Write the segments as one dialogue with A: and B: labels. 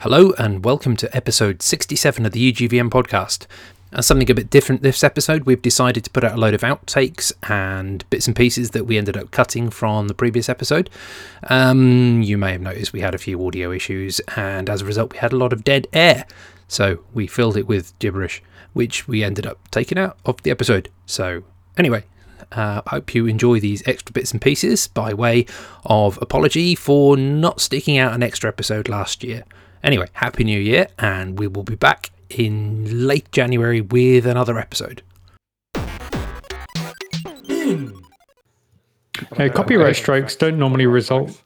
A: Hello, and welcome to episode 67 of the E UGVM podcast. As something a bit different this episode, we've decided to put out a load of outtakes and bits and pieces that we ended up cutting from the previous episode. Um, you may have noticed we had a few audio issues, and as a result, we had a lot of dead air. So we filled it with gibberish, which we ended up taking out of the episode. So, anyway, uh, I hope you enjoy these extra bits and pieces by way of apology for not sticking out an extra episode last year. Anyway, Happy New Year, and we will be back in late January with another episode.
B: Yeah, Uh, copyright strikes don't normally result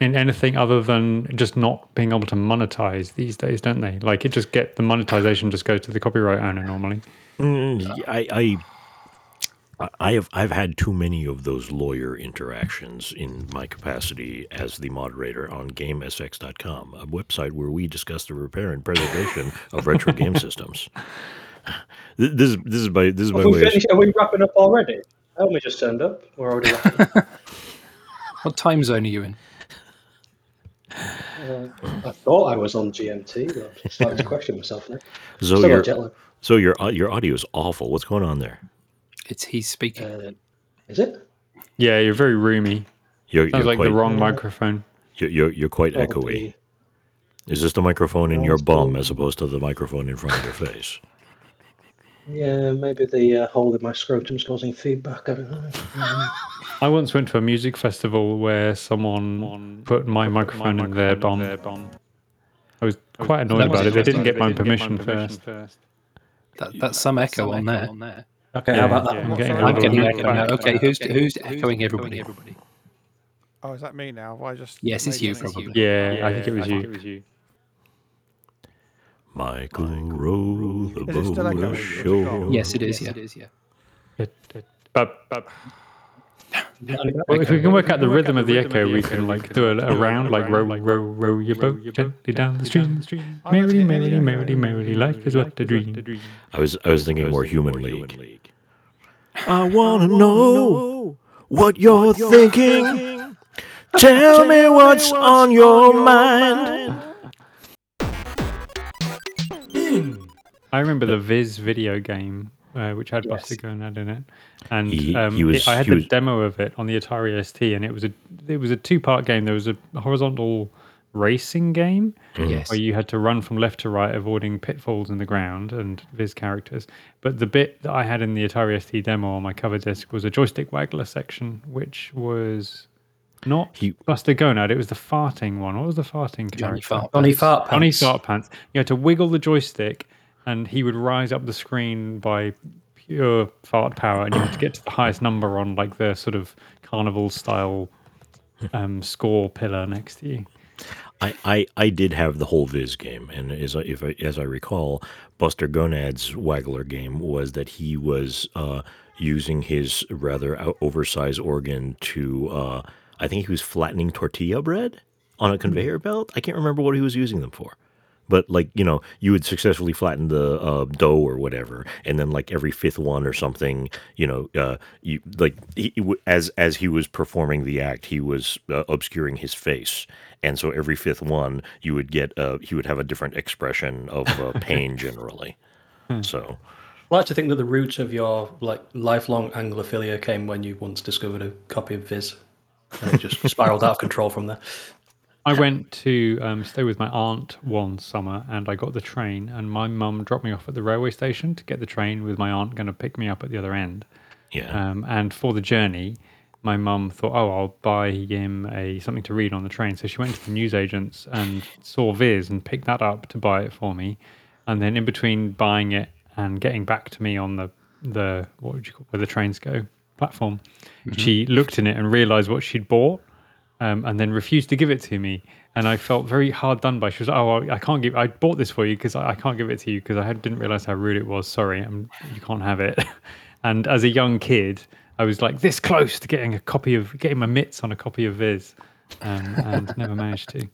B: in anything other than just not being able to monetize these days, don't they? Like it just get the monetization just goes to the copyright owner normally.
C: Mm, I, I, I have I've had too many of those lawyer interactions in my capacity as the moderator on GameSX.com, a website where we discuss the repair and preservation of retro game systems. Th- This is this is by this is by
D: Have we
C: way. Of,
D: finished? Are we wrapping up already? Helmy just turned up. We're already wrapping up.
A: What time zone are you in?
D: I thought I was on GMT. But I'm starting to question myself now.
C: so
D: Still
C: your
D: got jet lag.
C: so your au- your audio is awful. What's going on there?
A: It's he's speaking.
D: Uh, is it?
B: Yeah, you're very roomy.
C: You're,
B: Sounds
C: you're
B: like
C: quite
B: the wrong microphone.
C: You're, you're you're quite
E: Oh,
C: echoey.
D: Probably.
C: Is this the microphone in your
D: it's cool.
C: bum as opposed to the microphone in front of your face?
D: Yeah, maybe the uh, hole in my scrotum's causing feedback. I don't know.
B: I once went to a music festival where someone put my microphone in their bomb. I was quite annoyed about it. They didn't get my permission first.
A: That, that's some echo on there.
D: Okay,
B: Yeah,
D: how about
B: yeah,
D: that?
B: I'm getting a
A: I'm
B: little
A: getting
B: bit
A: echo
B: back.
A: now. Okay, who's who's echoing everybody?
F: Oh, is that me now? Have I just
A: Yes, it's
F: made
A: you
F: an excuse?
A: probably.
B: Yeah, I think it was you.
C: Michael row the
F: Is it still
C: boat
F: echoing?
C: ashore.
A: Yes, it is. Yeah. Yeah.
B: But, but well, if we can work out the rhythm of the echo, we can like do a, a round, like row, row, row your boat gently down the stream. Merrily, merrily, merrily, merrily, life is what a dream.
C: I was I was thinking more human league. I wanna know what you're thinking. Tell me what's on your mind.
B: I remember the Viz video game, uh, which had Buster Gonad in it, and
C: He-
B: um,
C: he was-
B: it- I had
C: he
B: the
C: was-
B: demo of it on the Atari ST, and it was a it was a two part game. There was a horizontal racing game
A: Yes.
B: where you had to run from left to right, avoiding pitfalls in the ground and Viz characters. But the bit that I had in the Atari ST demo on my cover disc was a joystick waggler section, which was not
C: He-
B: Buster Gonad. It was the farting one. What was the farting
A: Johnny
B: character?
A: Fart.
D: Johnny Fart
B: Johnny
D: Pants.
B: Sharp Pants. You had to wiggle the joystick, and he would rise up the screen by pure fart power, and you had to get to the highest number on like the sort of carnival style um, score pillar next to you.
C: I, I, I did have the whole Viz game, and as I, if I, as I recall, Buster Gonad's waggler game was that he was uh, using his rather o- oversized organ to, uh, I think he was flattening tortilla bread on a conveyor belt. I can't remember what he was using them for. But like you know, you would successfully flatten the uh, dough or whatever, and then like every fifth one or something, you know, uh, you like he, he w- as as he was performing the act, he was uh, obscuring his face, and so every fifth one, you would get uh, he would have a different expression of uh, pain generally. So
E: I like to think that the roots of your like lifelong Anglophilia came when you once discovered a copy of Viz. And it just spiraled out of control from there.
B: I went to um, stay with my aunt one summer, and I got the train, and my mum dropped me off at the railway station to get the train, with my aunt going to pick me up at the other end.
C: yeah,
B: Um, and for the journey, my mum thought, "Oh, I'll buy him a something to read on the train." So she went to the newsagents and saw Viz and picked that up to buy it for me. And then in between buying it and getting back to me on the the what would you call where the trains go platform, she looked in it and realised what she'd bought, um, and then refused to give it to me. And I felt very hard done by. She was, like, "Oh, I, I can't give. I bought this for you because I, I can't give it to you because I had- didn't realize how rude it was. Sorry, um you can't have it." And as a young kid, I was like this close to getting a copy of getting my mitts on a copy of Viz, um, and never managed to.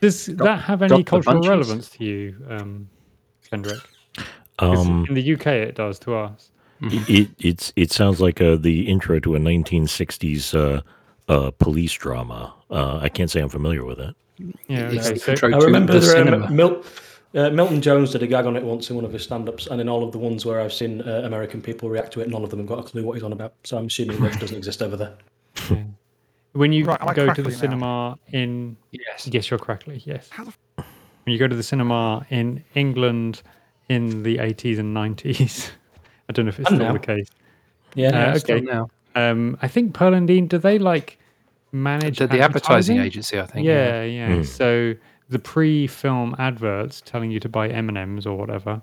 B: Does that have any
G: drop the
B: cultural
G: bunches.
B: relevance to you, um, Kendrick? 'Cause
C: Um,
B: in the UK, Uh, it does to us.
C: it, it it's it sounds like uh, the intro to a 1960s uh, uh, police drama. Uh, I can't say I'm familiar with it.
B: Yeah,
G: It's
B: okay.
G: the
B: So,
G: intro
E: I
G: to
E: remember
G: the
E: there, um,
G: cinema.
E: Mil- uh, Milton Jones did a gag on it once in one of his stand-ups, and in all of the ones where I've seen uh, American people react to it, none of them have got a clue what he's on about. So I'm assuming it doesn't exist over there.
B: when you
F: Right, am I
B: go to the
F: crackly now?
B: cinema in
G: Yes.
B: Yes, you're correctly. Yes.
F: How the
B: when you go to the cinema in England in the 80s and 90s, I don't know if it's
E: And
B: still the
E: now.
B: case.
E: Yeah,
B: Uh,
E: it's
B: okay.
E: still-
A: now.
B: Um, I think Pearl and Dean, do they like manage
A: They're the advertising
B: advertising?
A: agency, I think.
B: Yeah, yeah.
C: Mm.
B: So the pre-film adverts telling you to buy M and M's or whatever,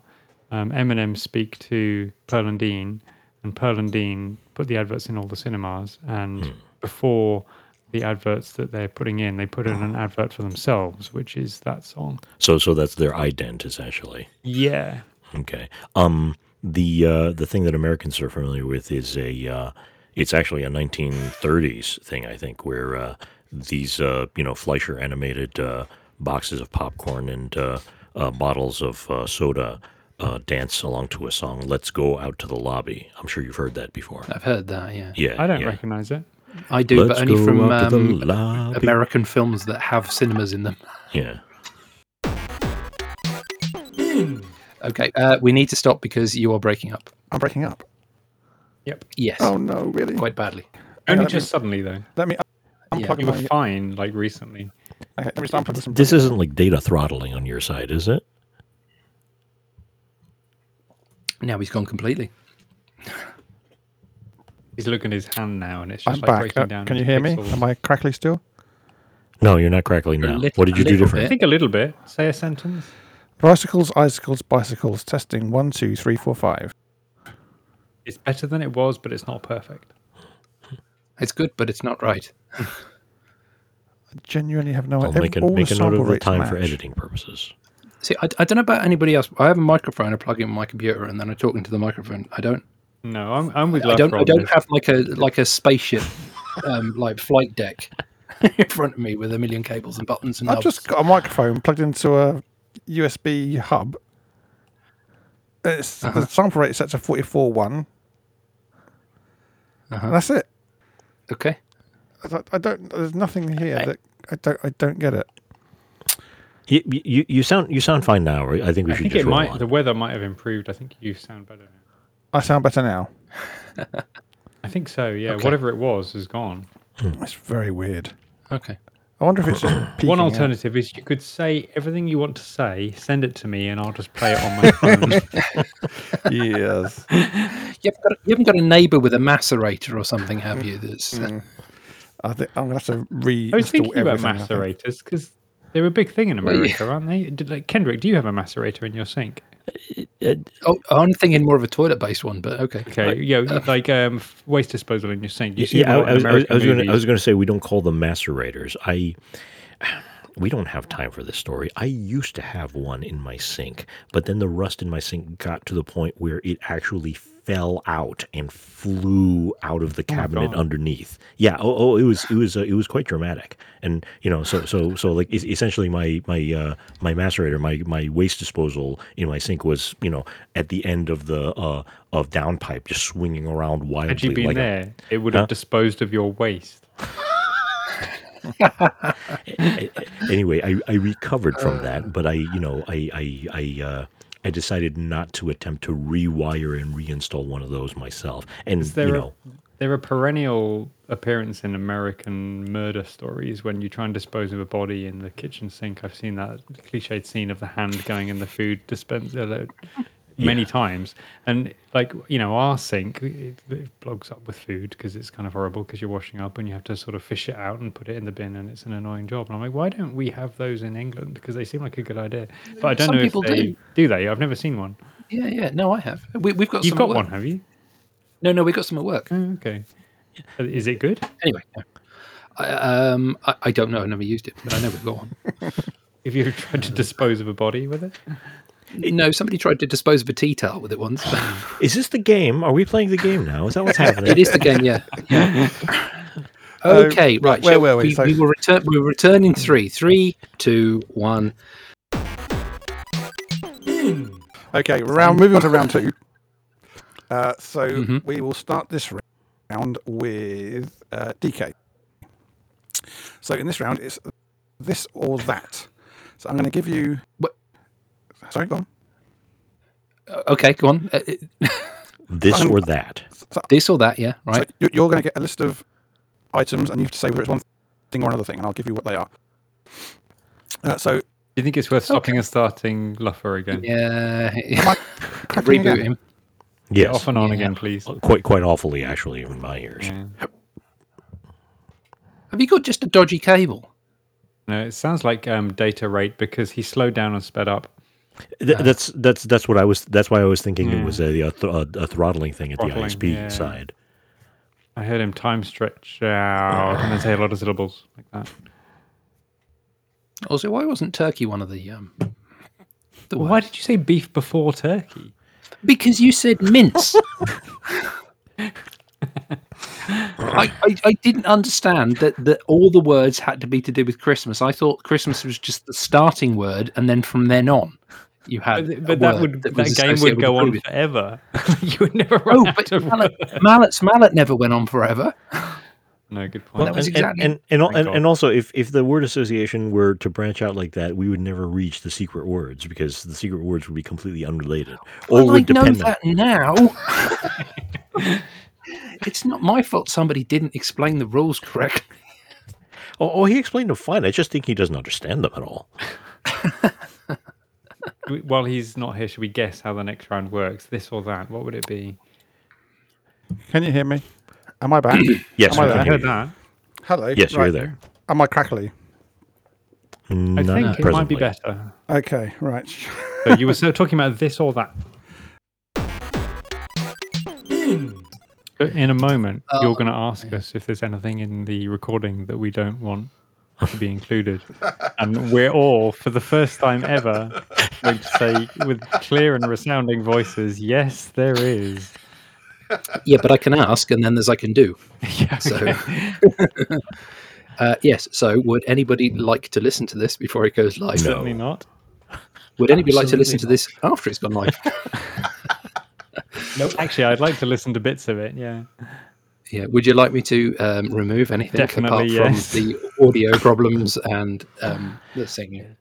B: um, M and M's speak to Pearl and Dean, and Pearl and Dean put the adverts in all the cinemas. And before the adverts that they're putting in, they put in an advert for themselves, which is that song.
C: So so that's their ident essentially.
B: Yeah.
C: Okay. Um, the uh, the thing that Americans are familiar with is a uh, it's actually a 1930s thing, I think, where uh, these uh, you know Fleischer animated uh, boxes of popcorn and uh, uh, bottles of uh, soda uh, dance along to a song. Let's go out to the lobby. I'm sure you've heard that before.
A: I've heard that, yeah.
C: Yeah,
B: I don't
C: yeah.
B: recognize it.
A: I do,
C: Let's
A: but only
C: go
A: from
C: out to the
A: um,
C: lobby.
A: American films that have cinemas in them.
C: Yeah.
A: Okay, uh, we need to stop because you are breaking up.
F: I'm breaking up.
A: Yes,
F: Oh no, really?
A: quite badly.
B: Only
F: let me-
B: just suddenly though.
F: Let me
A: Yeah,
F: unplug
B: You were
F: my.
B: fine like recently.
F: Okay, let me just unplug this. and
C: This
F: plug it
C: isn't like data throttling on your side, is it?
A: Now he's gone completely.
B: He's looking at his hand now, and it's
F: in.
B: just
F: I'm
B: like
F: back.
B: breaking
F: Uh,
B: down.
F: Can you
B: into
F: hear me?
B: pixels.
F: Am I crackly still?
C: No, you're not crackling now.
A: little-
C: what did
A: a
C: you
A: little
C: do
B: I
A: bit.
C: different?
B: think a little bit. Say a sentence.
F: Bicycles, icicles, bicycles. Testing one, two, three, four, five.
B: It's better than it was, but it's not perfect.
A: It's good, but it's not right.
F: I genuinely have no
C: I'll
F: idea.
C: make a,
F: all
C: make
F: the
C: a note
F: sample
C: of the
F: rates
C: time
F: match.
C: for editing purposes.
A: See, I, I don't know about anybody else. I have a microphone. I plug in my computer, and then I talk into the microphone. I don't.
B: No, I'm, I'm with
A: I
B: Luther
A: don't. I
B: on
A: don't
B: this.
A: have like a like a spaceship, um, like flight deck in front of me with a million cables and buttons and
F: I've just got a microphone plugged into a USB hub. It's, The sample rate is set to 44 one
A: Uh-huh.
F: And that's it.
A: Okay.
F: I don't- I don't. There's nothing here that I don't. I don't get it.
C: You, you, you sound you sound fine now. Right? I think we
B: I
C: should
B: think
C: just
B: it
C: roll
B: might.
C: on.
B: The weather might have improved. I think you sound better now.
F: I sound better now.
B: I think so. Yeah, whatever it was is gone.
F: It's very weird.
A: Okay.
F: I wonder if it's just peeking
B: One
F: out.
B: alternative is you could say everything you want to say, send it to me, and I'll just play it on my phone.
F: Yes.
A: You haven't, got a, you haven't got a neighbor with a macerator or something, have
F: Mm.
A: you? That's uh,
F: I think I'm gonna have to re.
B: I was thinking about
F: everything, I think.
B: macerators because they're a big thing in
A: yeah.
B: America, aren't they? Did, like, Kendrick, do you have a macerator in your sink?
A: oh, I'm thinking more of a toilet-based one, but okay.
B: Okay, yeah, like um, f- waste disposal in your sink. You see yeah,
C: yeah, I,
B: in
C: I was, I was,
B: American
C: I was gonna, I
B: movies.
C: was going to say we don't call them macerators. I we don't have time for this story. I used to have one in my sink, but then the rust in my sink got to the point where it actually fell out and flew out of the cabinet
B: Oh God.
C: underneath. Yeah. Oh, oh, it was it was uh, it was quite dramatic. And you know, so so so like es- essentially my my uh, my macerator, my my waste disposal in my sink was you know at the end of the uh, of downpipe, just swinging around wildly.
B: Had you been
C: like a-
B: there, it would have
C: Huh?
B: disposed of your waste.
C: anyway, I, I recovered from
B: Uh.
C: that, but I, you know, I, I, I, uh, I decided not to attempt to rewire and reinstall one of those myself. And
B: Is there
C: you
B: a-
C: know,
B: They're a perennial appearance in American murder stories when you try and dispose of a body in the kitchen sink. I've seen that cliched scene of the hand going in the food dispenser like, many times. And, like, you know, our sink, it, it blogs up with food because it's kind of horrible because you're washing up and you have to sort of fish it out and put it in the bin and it's an annoying job. And I'm like, why don't we have those in England? Because they seem like a good idea. But I don't
A: Some
B: know if
A: people
B: they
A: do.
B: do. they? I've never seen one.
A: Yeah, yeah. No, I have. We, we've got.
B: You've
A: some
B: got
A: at work.
B: one, have you?
A: No, no, we got some at work.
F: Mm.
B: Oh, okay. Is it good?
A: Anyway, no. I, um, I, I don't know. I never used it, but I know we've got one.
B: If you tried to dispose of a body with it?
A: no, somebody tried to dispose of a tea towel with it once.
C: is this the game? Are we playing the game now? Is that what's happening?
A: it is the game, yeah. yeah.
F: So,
A: Okay, right.
F: Um, where
A: shall-
F: were we?
A: We,
F: So-
A: we were return. We were returning three, three, two, one.
F: Okay, round moving on to round two. Uh, so we will start this round with uh, DK. So in this round, it's this or that. So I'm going to give you.
A: What-
F: Sorry, go on.
A: Uh, Okay, go on. Uh, uh,
C: This or that.
A: this or that? Yeah, right.
F: So you- you're going to get a list of items, and you have to say whether it's one thing or another thing, and I'll give you what they are. Uh, so
B: Do you think it's worth stopping and starting Luffer again?
A: Yeah,
F: Cracking
A: reboot
F: again.
A: him.
B: Get
C: Yes.
B: Off and on again, please.
C: Quite quite awfully, actually, in my ears.
B: Yeah.
A: Have you got just a dodgy cable?
B: No, it sounds like um, data rate because he slowed down and sped up.
C: Th- that's that's that's what I was. That's why I was thinking it was a, a, thr- a, a throttling thing at
B: Throttling,
C: the ISP
B: yeah.
C: side.
B: I heard him time stretch out and then say a lot of syllables like that.
A: Also, why wasn't Turkey one of the um? The
B: Why
A: what?
B: did you say beef before turkey?
A: Because you said mince. I, I, I didn't understand that, that all the words had to be to do with Christmas. I thought Christmas was just the starting word, and then from then on, you had. a
B: But, that
A: word
B: would that,
A: was
B: game
A: associated
B: would
A: with the
B: go on
A: previous-
B: forever. you would never run
A: Oh,
B: out
A: but
B: of
A: mallet,
B: words.
A: mallets, mallet never went on forever.
B: No, good
C: Well,
B: point.
A: was
C: and,
A: exactly-
C: and, and, and,
B: Thank
C: and,
B: God.
C: and also, if, if the word association were to branch out like that, we would never reach the secret words because the secret words would be completely unrelated or
A: Well, I
C: would
A: know
C: depend on.
A: that now. it's not my fault somebody didn't explain the rules correctly.
C: Oh, oh, he explained them fine. I just think he doesn't understand them at all.
B: We- While he's not here, should we guess how the next round works? This or that? What would it be?
F: can you hear me? Am I back?
C: Yes,
F: Am I
B: I
C: we can
F: there?
C: hear
B: heard
C: you.
B: that.
F: Hello.
C: Yes,
F: Right.
C: you're there.
F: Am I crackly?
B: I
C: Not
B: think it might be
C: presently.
B: better.
F: Okay, right.
B: But you were still talking about this or that. In a moment, you're going to ask us if there's anything in the recording that we don't want to be included, and we're all, for the first time ever, going to say with clear and resounding voices, "Yes, there is."
A: Yeah, but I can ask, and then there's I can do.
B: Yeah,
A: So,
B: okay.
A: uh, yes. So, would anybody like to listen to this before it goes live?
B: certainly not.
A: Would anybody like to
E: Absolutely
A: listen to
E: not.
A: this after it's gone live?
E: Nope.
B: Actually, I'd like to listen to bits of it. Yeah,
A: yeah. Would you like me to um, remove anything apart
B: Definitely, yes.
A: from the audio problems and um, the singing?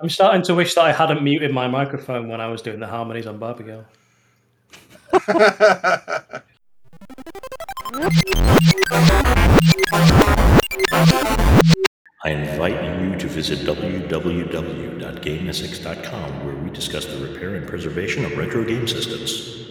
E: I'm starting to wish that I hadn't muted my microphone when I was doing the harmonies on Barbie Girl.
C: I invite you to visit www.gamesx.com where we discuss the repair and preservation of retro game systems.